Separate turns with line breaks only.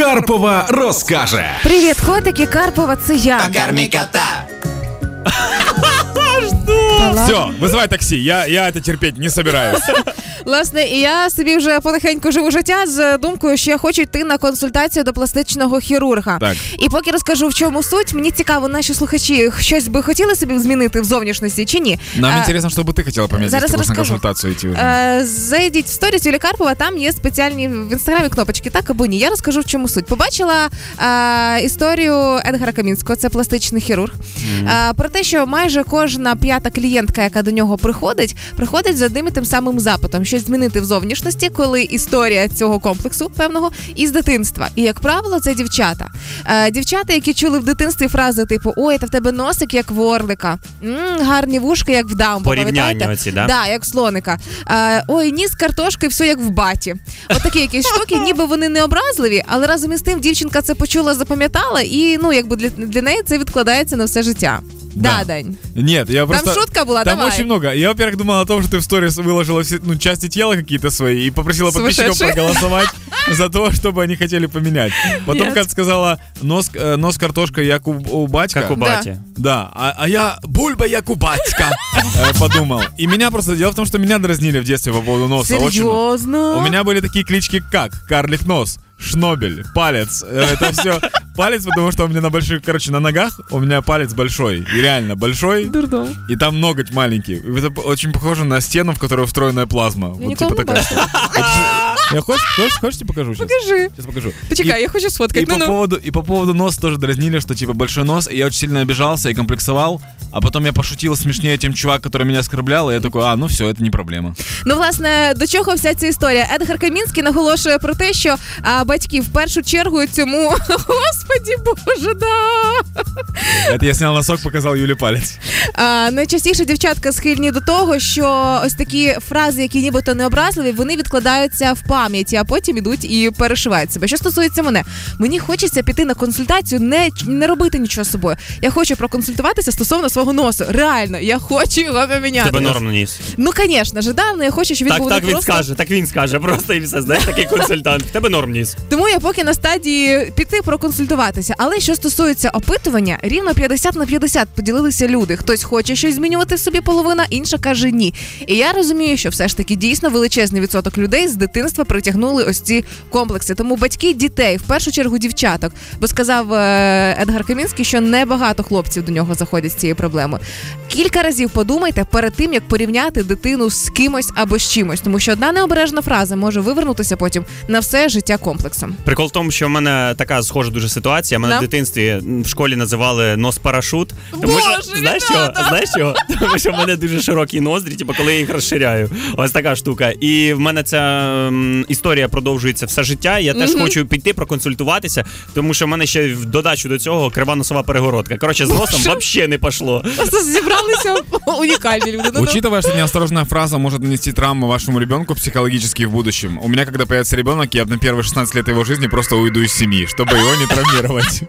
Карпова розкаже.
Привіт, котики Карпова, це я.
Покорми кота.
Все, вызывай такси. Я, я это терпеть не собираюсь.
Власне, і я собі вже потихеньку живу життя з думкою, що я хочу йти на консультацію до пластичного хірурга.
Так.
І поки розкажу, в чому суть, мені цікаво, наші слухачі щось би хотіли собі змінити в зовнішності чи ні.
Нам
Е,
интересно, что бы ты хотела поменять,
А, Зараз А,
если ты будешь на
розкажу.
консультацию идти уже.
Е, Зайдіть в сторіс Юлі Карпова, там є спеціальні в інстаграмі кнопочки, так або ні. Я розкажу, в чому суть. Побачила е, історію Едгара Камінського, це пластичний хірург. Е, про те, що майже кожна п'ята клієнтка, яка до нього приходить, приходить за одним і тим самим запитом, щось змінити в зовнішності, коли історія цього комплексу певного із дитинства. І як правило, це дівчата. Е, дівчата, які чули в дитинстві фрази типу Ой, та в тебе носик як ворлика, м гарні вушки, як в дамбо.
Порівняння
пам'ятаєте?
оці, да?
Да, як слоника. Е, ой, ніс картошки, все як в баті. Отакі якісь штуки, ніби вони не образливі, але разом із тим дівчинка це почула, запам'ятала, і ну якби для, для неї це відкладається на все життя. Да,
Да.
Дань.
Нет, я просто...
шутка была,
Там
давай.
очень много. Я, во-первых, думал о том, что ты в сторис выложила все, ну, части тела какие-то свои и попросила подписчиков
Сумасшедшие.
проголосовать за то, чтобы они хотели поменять. Потом,
Нет.
как сказала, нос, э, нос картошка, я у, у батька.
Как у бати.
Да, а, а я бульба якубатька э, подумал. И меня просто дело в том, что меня дразнили в детстве по поводу носа. Очень-
Серйозно?
У меня были такие клички, как карлик нос, шнобель, палец. Э, Это все палец, потому что у меня на больших, короче, на ногах у меня палец большой, и реально большой,
Дурдом.
и там ноготь маленький. И Это очень похоже на стену, в которой встроенная плазма. типа
Я ніколи Ну, не бачила.
Я э, хочешь, хочешь, хочешь, тебе покажу сейчас?
Покажи.
Сейчас покажу.
Почекай, я хочу Ну,
И
сфоткати.
по,
Ну-ну.
поводу, и по поводу носа тоже дразнили, что типа большой нос, и я очень сильно обижался и комплексовал, а потом я пошутил смешнее, чем чувак, который меня оскорблял, и я такой, а, ну все, это не проблема.
Ну, власне, до чого вся ця історія? Едгар Камінський наголошує про те, що а, батьки в першу чергу цьому господі боже да.
Это я снял носок, показал Юле палец.
А, найчастіше дівчатка схильні до того, що ось такі фрази, які нібито не образливі, вони відкладаються в пам'яті, а потім ідуть і перешивають себе. Що стосується мене, мені хочеться піти на консультацію, не, не робити нічого з собою. Я хочу проконсультуватися стосовно свого носу. Реально, я хочу його поміняти.
Тебе норм ніс.
Ну, звісно ж, давно я хочу, щоб він
Так,
був
так
не
він
просто.
скаже, так він скаже. Просто і все. Знаєш, такий консультант. В Тебе норм ніс.
Тому я поки на стадії піти проконсультуватися. Але що стосується опитування, рівно 50 на 50 поділилися люди. Хтось хоче щось змінювати в собі половина, інша каже ні. І я розумію, що все ж таки дійсно величезний відсоток людей з дитинства притягнули ось ці комплекси. Тому батьки дітей, в першу чергу дівчаток, бо сказав е, Едгар Камінський, що небагато хлопців до нього заходять з цією проблемою. Кілька разів подумайте перед тим, як порівняти дитину з кимось або з чимось, тому що одна необережна фраза може вивернутися потім на все життя комплексом.
Прикол в тому, що в мене така схожа дуже ситуація. Мене
Да.
в дитинстві м, в школі називали нос парашут.
Боже,
знаєш чого?
Ріната!
Знаєш чого? Тому що в мене дуже широкі ноздрі, типу, коли я їх розширяю. Ось така штука. І в мене ця м, історія продовжується все життя. Я теж хочу піти проконсультуватися, тому що в мене ще в додачу до цього крива носова перегородка. Коротше, з носом взагалі не пішло.
Просто зібралися унікальні люди. Ну,
Учитывая, что неосторожная фраза может нанести травму вашему ребенку психологически в будущем. У меня, когда появится ребенок, я на первые 16 лет его жизни просто уйду из семьи, чтобы его не травмировать.